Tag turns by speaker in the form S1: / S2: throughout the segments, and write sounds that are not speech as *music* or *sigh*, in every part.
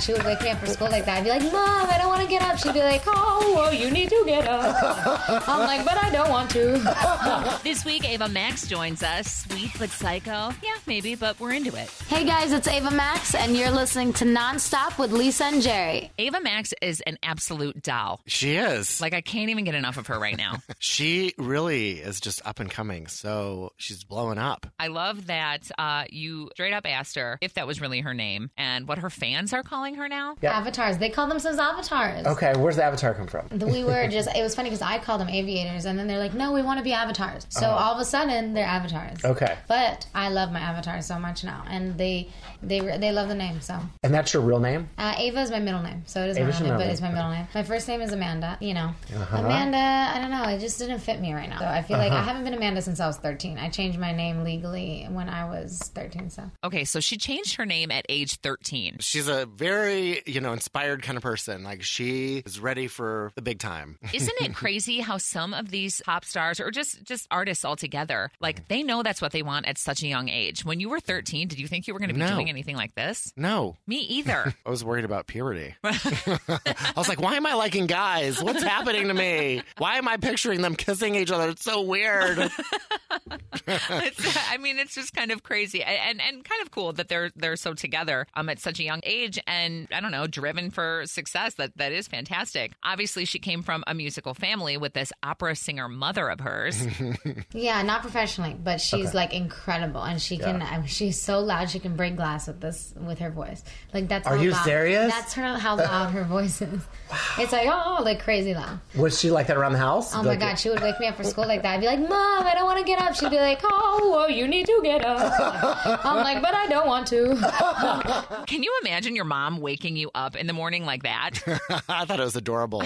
S1: She would wake me up for school like that. I'd be like, Mom, I don't want to get up. She'd be like, Oh, well, you need to
S2: *laughs*
S1: get up. I'm like, But I don't want to.
S3: This week, Ava Max joins us. Sweet but psycho. Yeah, maybe, but we're into it.
S2: Hey guys, it's Ava Max, and you're listening to Nonstop with Lisa and Jerry.
S3: Ava Max is an absolute doll.
S4: She is.
S3: Like, I can't even get enough of her right now.
S4: she really is just up and coming. So she's blowing up.
S3: I love that uh, you straight up asked her if that was really her name and what her fans are calling her now.
S1: Avatars. They call themselves avatars.
S5: Okay, where's the avatar come from?
S1: The- We were just, it was funny because I called them aviators, and then they're like, No, we want to be avatars. So all of a sudden, they're avatars.
S5: Uh-huh. Okay.
S1: But I love my avatar so much now, and they they re- they love the name. So
S5: And that's your real name?
S1: uh, Ava is my middle name, so it is
S5: Ava's
S1: my
S5: your
S1: middle name, but
S5: middle
S1: it's my
S5: name. Uh-huh.
S1: middle name. My first name is Amanda. You know, Amanda. I don't know. It just didn't fit me right now. So I feel like I haven't been Amanda since I was 13. I changed my name legally when I was 13. So
S3: Okay, so she changed her name at age 13.
S4: She's a very, you know, inspired kind of person. Like she is ready for the big time. *laughs*
S3: Isn't it crazy how some of these pop stars or just just artists altogether, like they know that's what they want at such a young age. When you were 13, did you think you were going to be
S4: No.
S3: doing anything like this?
S4: No,
S3: Me either.
S4: I was worried
S1: *laughs*
S4: about puberty. *laughs* I was like, why am I liking guys? What's happening to me? Why am I picturing them kissing each other? It's so weird.
S3: it's, I mean, it's just kind of crazy and, and and kind of cool that they're they're so together um at such a young age and I don't know, driven for success. That that is fantastic. Obviously, she came from a musical family with this opera singer mother of hers.
S1: yeah, not professionally, but she's like incredible, and she can. I mean, she's so loud she can break glass with this with her voice. Like that's.
S5: Are
S1: how
S5: you
S1: loud-
S5: serious?
S1: That's her how loud her voice
S5: *laughs*
S1: is. It's like oh, like crazy loud.
S5: *laughs* Was she like that around the house?
S1: Oh my god, she would wake me up for school like that. I'd be like, Mom, I don't want to get up. She'd be like, Oh, well, you need to get *laughs* up. I'm like, But I don't want to.
S3: Can you imagine your mom waking you up in the morning like that?
S4: *laughs* I thought it
S1: *laughs*
S4: was adorable.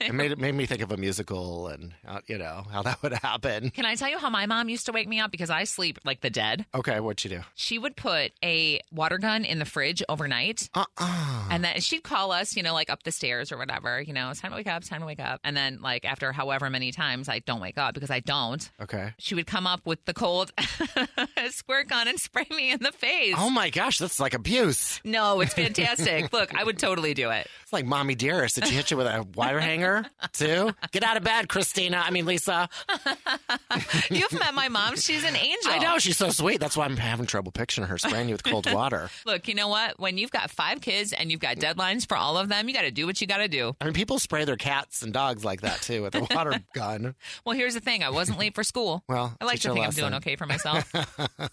S4: It made it made me think of a musical and uh, you know how that would happen.
S3: Can I tell you how my mom used to wake me up because I sleep like the dead?
S4: Okay, what'd you do?
S3: She would put a water gun in the fridge overnight.
S4: Uh-uh.
S3: And then she'd call us, you know, like up the stairs or whatever, you know, it's time to wake up, it's time to wake up. And then, like, after however many times I don't wake up because I don't,
S4: Okay.
S3: she would come up with the cold *laughs* squirt gun and spray me in the face.
S4: Oh my gosh, that's like abuse.
S3: no, it's
S4: *laughs*
S3: fantastic. Look, I would totally do it.
S4: It's like mommy dearest. Did she hit you with a wire hanger too? Get out of bed, Christina. I mean Lisa.
S3: You've met my mom. She's an angel.
S4: I know she's so sweet. That's why I'm having trouble picturing her spraying you with cold water.
S3: Look, you know what? When you've got five kids and you've got deadlines for all of them, you got to do what you got to do.
S4: I mean, people spray their cats and dogs like that too with a water gun.
S3: Well, here's the thing. I wasn't late for school.
S4: *laughs* Well,
S3: I like
S4: teach
S3: to
S4: her a
S3: think I'm
S4: lesson.
S3: doing okay for
S4: *laughs*
S3: myself.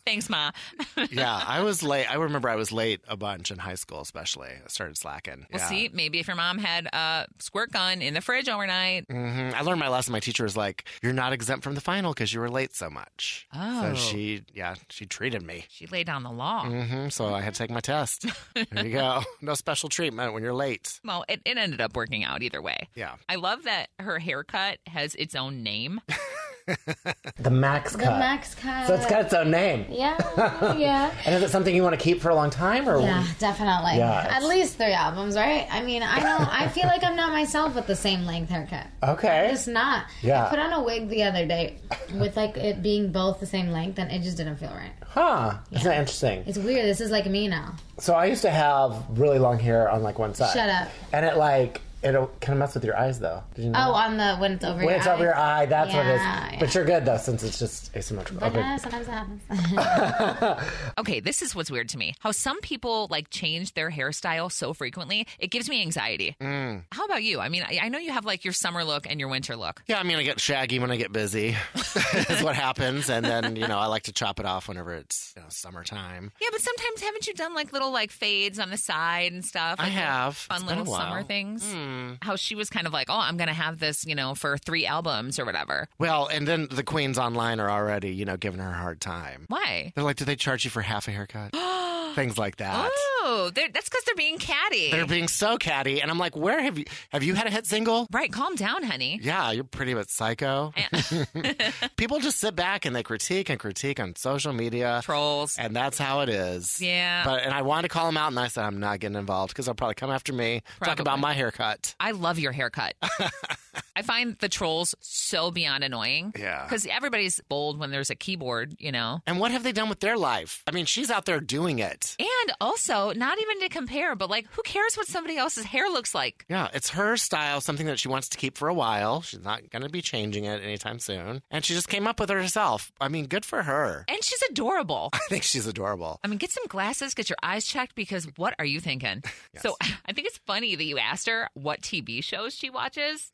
S3: Thanks, Ma. *laughs* well,
S4: Yeah, I was late. I remember I was late a bunch in high school, especially. I started slacking. yeah.
S3: see, maybe if your mom had a squirt gun in the fridge overnight.
S4: Mhm. I learned my lesson. My teacher was like, "You're not exempt from the final because you were late so much."
S3: Oh.
S4: so she, yeah, she treated me.
S3: She laid down the law.
S4: hmm So I had to take my test. there you go. *laughs* No special treatment when you're late.
S3: Well, it, it ended up working out either way.
S4: Yeah.
S3: I love that her haircut has its own
S4: *laughs*
S3: name.
S5: The Max
S1: The
S5: cut.
S1: max cut.
S5: So it's got its own name.
S1: *laughs* Yeah, yeah.
S5: And is it something you want to keep for a long time or
S1: Yeah, definitely.
S5: Yeah, it's-
S1: At least three albums, right? I mean, I don't. I feel like I'm not myself with the same length haircut.
S5: Okay.
S1: It's not.
S5: Yeah.
S1: I put on a wig the other day with like it being both the same length, and it just didn't feel right.
S5: Huh. Isn't that interesting?
S1: It's weird. This is like me now.
S5: So I used to have really long hair on like one side.
S1: Shut up.
S5: And it like it'll kind of mess with your eyes though. Did you know?
S1: Oh, on the when it's over.
S5: when
S1: your
S5: it's
S1: eye.
S5: over your eye, that's what it is.
S1: Yeah,
S5: But you're good though, since it's just asymmetrical.
S1: But
S5: okay.
S1: uh, sometimes it happens. *laughs*
S3: Okay, this is what's weird to me. How some people like change their hairstyle so frequently, it gives me anxiety.
S4: Mm.
S3: How about you? I mean, I, I know you have like your summer look and your winter look.
S4: Yeah, I mean, I get shaggy when I get busy. *laughs* is what happens, and then you know, I like to chop it off whenever it's you know, summertime.
S3: Yeah, but sometimes haven't you done like little like fades on the side and stuff?
S4: I
S3: Like,
S4: have.
S3: fun
S4: It's been
S3: little
S4: a
S3: summer
S4: while. Hmm.
S3: things. How she was kind of like, oh, I'm going to have this, you know, for three albums or whatever.
S4: Well, and then the queens online are already you know giving her a hard time.
S3: Why?
S4: They're like, "Do they charge you for half a haircut?" Things like that.
S3: Oh, they're, that's because they're being catty.
S4: They're being so catty, and I'm like, "Where have you have you had a hit single?"
S3: right, calm down, honey.
S4: Yeah, you're pretty much psycho. *laughs* People just sit back and they critique and critique on social media.
S3: Trolls.
S4: And that's how it is.
S3: Yeah.
S4: But and I wanted to call him out, and I said I'm not getting involved because they'll probably come after me, talk
S3: Probably.
S4: *laughs* about my haircut.
S3: I love your haircut. I I find the trolls so beyond annoying.
S4: Yeah.
S3: Because everybody's bold when there's a keyboard, you know.
S4: And what have they done with their life? I mean, she's out there doing it.
S3: And also, not even to compare, but like, who cares what somebody else's hair looks like?
S4: Yeah, it's her style, something that she wants to keep for a while. She's not going to be changing it anytime soon. And she just came up with it herself. I mean, good for her. *laughs*
S3: And she's adorable.
S4: I think she's adorable.
S3: I mean, get some glasses, get your eyes checked because what are you *laughs* thinking? So I think it's funny that you asked her what TV shows she watches.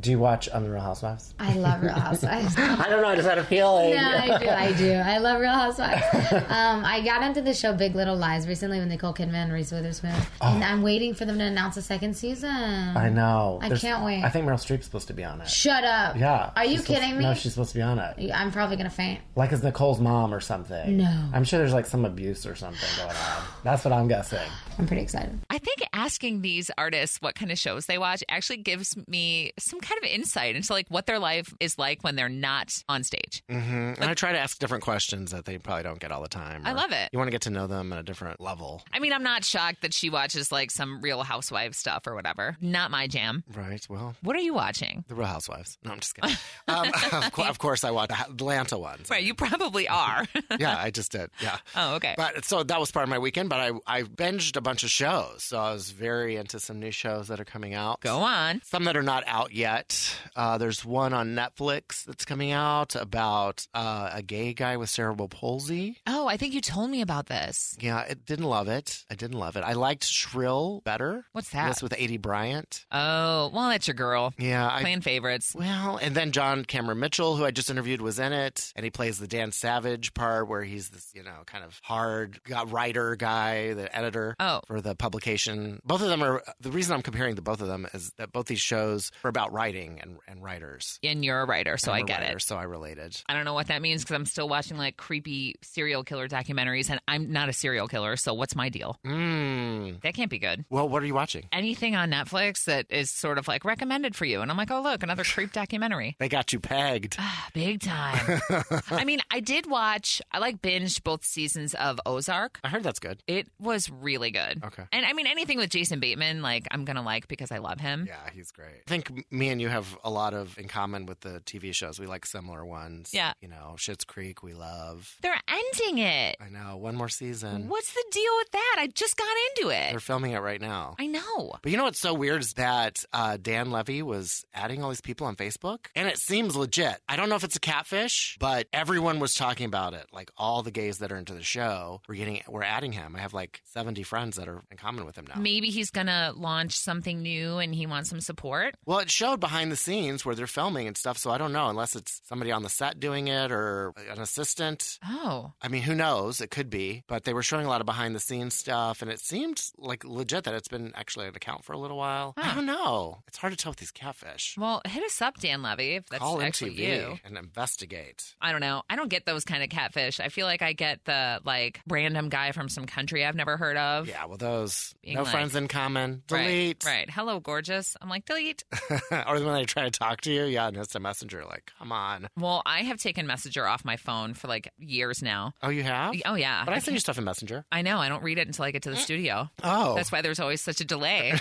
S5: Do you watch um, Real Housewives?
S1: I love Real Housewives.
S5: I don't know. I just had a feeling.
S1: Yeah, I do. I do. I love Real
S5: *laughs*
S1: Housewives. Um, I got into the show Big Little Lies recently with Nicole Kidman and Reese Witherspoon, and I'm waiting for them to announce a second season.
S5: Oh. I know.
S1: I can't wait.
S5: I think Meryl Streep's supposed to be on it.
S1: Shut up.
S5: Yeah.
S1: Are you
S5: she's supposed-
S1: kidding me?
S5: No, she's supposed to be on it.
S1: I'm probably gonna faint.
S5: Like as Nicole's mom or something.
S1: No.
S5: I'm sure there's like some abuse or something going on. That's what I'm guessing.
S1: I'm pretty excited.
S3: I think asking these artists what kind of shows they watch actually gives me some kind of insight into like what their life is like when they're not on stage.
S4: Mm, And I try to ask different questions that they probably don't get all the time.
S3: I
S4: or
S3: love it.
S4: You want to get to know them at a different level,
S3: I mean, I'm not shocked that she watches like some real housewife stuff or whatever. Not my jam.
S4: right? Well,
S3: What are you watching?
S4: The Real Housewives. No, I'm
S3: *laughs*
S4: just kidding. um, of, cou- of course, I watched the Atlanta ones.
S3: Right, you *laughs* probably are.
S4: Yeah, I just did. Yeah.
S3: oh, okay.
S4: But so that was part of my weekend, but I, I binged a bunch of shows. So I was very into some new shows that are coming out.
S3: Go on.
S4: Some that are not out yet. Uh, there's one on Netflix that's coming out about uh, a gay guy with cerebral palsy.
S3: Oh, I think you told me about this.
S4: Yeah, it didn't love it. I didn't love it. I liked Shrill better.
S3: What's that?
S4: This with Adi Bryant.
S3: Oh, well, that's your girl.
S4: Yeah, I
S3: Playing favorites.
S4: well, and then John Cameron Mitchell, who I just interviewed, was in it, and he plays the Dan Savage part where he's this, you know, kind of hard gu- writer guy, the editor
S3: Oh.
S4: for the publication. Both of them are the reason I'm comparing the both of them is that both these shows are about writing and, and writers.
S3: And you're a writer, so
S4: I'm
S3: I
S4: a
S3: get
S4: writer,
S3: it.
S4: So I related.
S3: I don't know what that means because I'm still watching like creepy serial killer documentaries, and I'm not a serial killer, so what's my deal?
S4: Mm.
S3: That can't be good.
S4: Well, what are you watching?
S3: Anything on Netflix that is sort of like recommended for you, and I'm like, oh look, another
S4: *sighs*
S3: creep documentary,
S4: They got
S3: *sighs*
S4: you pegged.
S3: big
S4: *laughs*
S3: time. *laughs* I mean, I did watch. I like binged both seasons of Ozark.
S4: I heard that's good.
S3: It was really good.
S4: Okay.
S3: And I mean, anything with Jason Bateman, like I'm gonna like because I love him.
S4: Yeah, he's great. I think me and you have a lot of in common with the TV shows. We like similar ones.
S3: Yeah.
S4: You know, Schitt's Creek, we love.
S3: They're ending it.
S4: I know. One more season.
S3: What's the deal with that? I just got into
S4: They're
S3: it.
S4: filming it right now.
S3: I know.
S4: But you know what's so weird is that uh, Dan Levy was adding all these people on Facebook, and it seems legit. I don't know if it's a catfish, but everyone was talking about it. Like all the gays that are into the show were getting, were adding him. I have like seventy friends that are in common with him now.
S3: Maybe he's gonna launch something new and he wants some support.
S4: Well, it showed behind the scenes where they're filming and stuff, so I don't know unless it's somebody on the set doing it or an assistant.
S3: Oh.
S4: I mean, who knows? It could be, but they were showing a lot of behind the scenes stuff, and it seemed like legit that it's been actually an account for a little while. I don't know. It's hard to tell with these catfish.
S3: Well, hit us up, Dan Levy, if that's
S4: Call
S3: actually
S4: MTV
S3: you.
S4: and investigate.
S3: I don't know. I don't get those kind of catfish. I feel like I get the like random guy from some country I've never heard of.
S4: Yeah, well, those
S3: Being
S4: no
S3: like-
S4: friends in common.
S3: Right,
S4: Delete.
S3: Right. Hello, gorgeous. I'm like, delete.
S4: *laughs* or when they try to talk to you, yeah, and it's a messenger. Like, come on.
S3: well, I have taken Messenger off my phone for like years now.
S4: Oh, you have?
S3: Oh, yeah.
S4: But I
S3: I,
S4: send you stuff in messenger.
S3: I know. I don't read it until I get to the studio.
S4: Oh,
S3: That's why there's always such a
S4: *laughs*
S3: delay.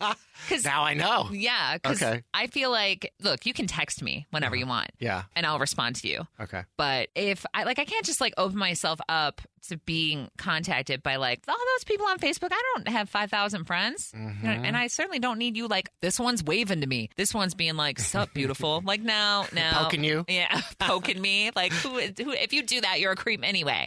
S4: now
S3: *laughs*
S4: I know.
S3: Yeah. Because
S4: Okay.
S3: I feel like, look, you can text me whenever you want
S4: Yeah.
S3: and I'll respond to you.
S4: Okay.
S3: But if I like, I can't just like open myself up to being contacted by like all those people on Facebook. I don't have 5,000 friends.
S4: Mm-hmm.
S3: You know, and I certainly don't need you like, this one's waving to me. This one's being like, sup,
S4: *laughs*
S3: beautiful. like, no, no.
S4: Poking you.
S3: Yeah. *laughs* Poking me. Like, who, who, if you do that, you're a creep
S4: *laughs*
S3: anyway.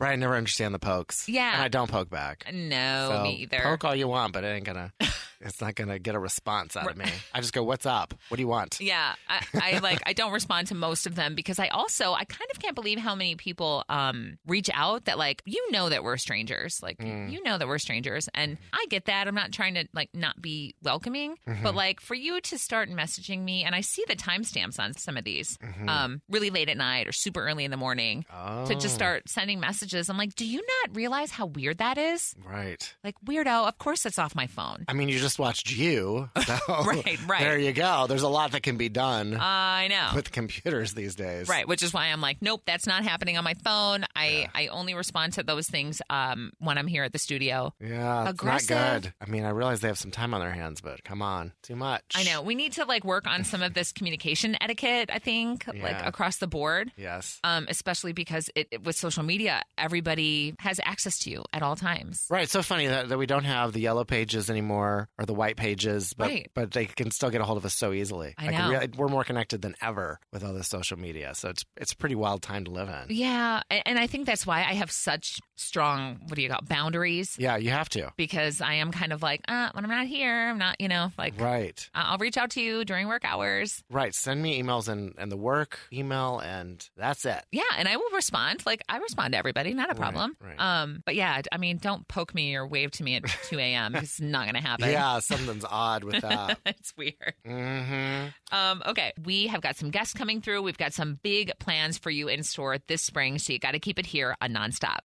S4: Right, I never understand the pokes.
S3: Yeah.
S4: And I don't poke back.
S3: No,
S4: So
S3: me either.
S4: Poke all you want, but it
S3: *laughs*
S4: ain't gonna. It's not gonna get a response out of me. I just go, "What's up? What do you want?"
S3: Yeah, I, I like I don't respond to most of them because I also I kind of can't believe how many people um reach out that like you know that we're strangers like you know that we're strangers and I get that I'm not trying to like not be welcoming but like for you to start messaging me and I see the timestamps on some of these um really late at night or super early in the morning
S4: Oh,
S3: to just start sending messages I'm like do you not realize how weird that is
S4: Right.
S3: like weirdo of course that's off my phone
S4: I mean, you just just watched
S3: *laughs*
S4: you. So
S3: Right, right.
S4: There you go. There's a lot that can be done
S3: I know.
S4: with computers these days.
S3: Right, which is why I'm like, nope, that's not happening on my phone. I, I only respond to those things um, when I'm here at the studio.
S4: Yeah, it's not
S3: Aggressive.
S4: good. I mean, I realize they have some time on their hands, but come on, too much.
S3: I know we need to like work on some of this communication etiquette. I think like
S4: Yeah.
S3: across the board.
S4: Yes.
S3: Um, especially because it, it- with social media, everybody has access to you at all times.
S4: Right, so funny that, that we don't have the yellow pages anymore or the white pages, but
S3: Right.
S4: but they can still get a hold of us so easily.
S3: I know.
S4: really- we're more connected than ever with all this social media, so it's it's a pretty wild time to live in.
S3: Yeah, a- and I think that's why I have such strong what do you call it, boundaries
S4: Yeah, you have to.
S3: because I am kind of like uh, when I'm not here, I'm not you know like
S4: Right,
S3: I- I'll reach out to you during work hours.
S4: right. Send me emails and and the work email, and that's it.
S3: Yeah, and I will respond. Like I respond to everybody, not a problem.
S4: right.
S3: Um, but yeah, I mean, don't poke me or wave to me
S4: *laughs*
S3: at 2 a.m. It's not going to happen.
S4: Yeah, something's odd with that.
S3: *laughs* it's weird.
S4: hmm
S3: Um, okay, we have got some guests coming through. We've got some big plans for you in store this spring, so you got to keep it here on nonstop.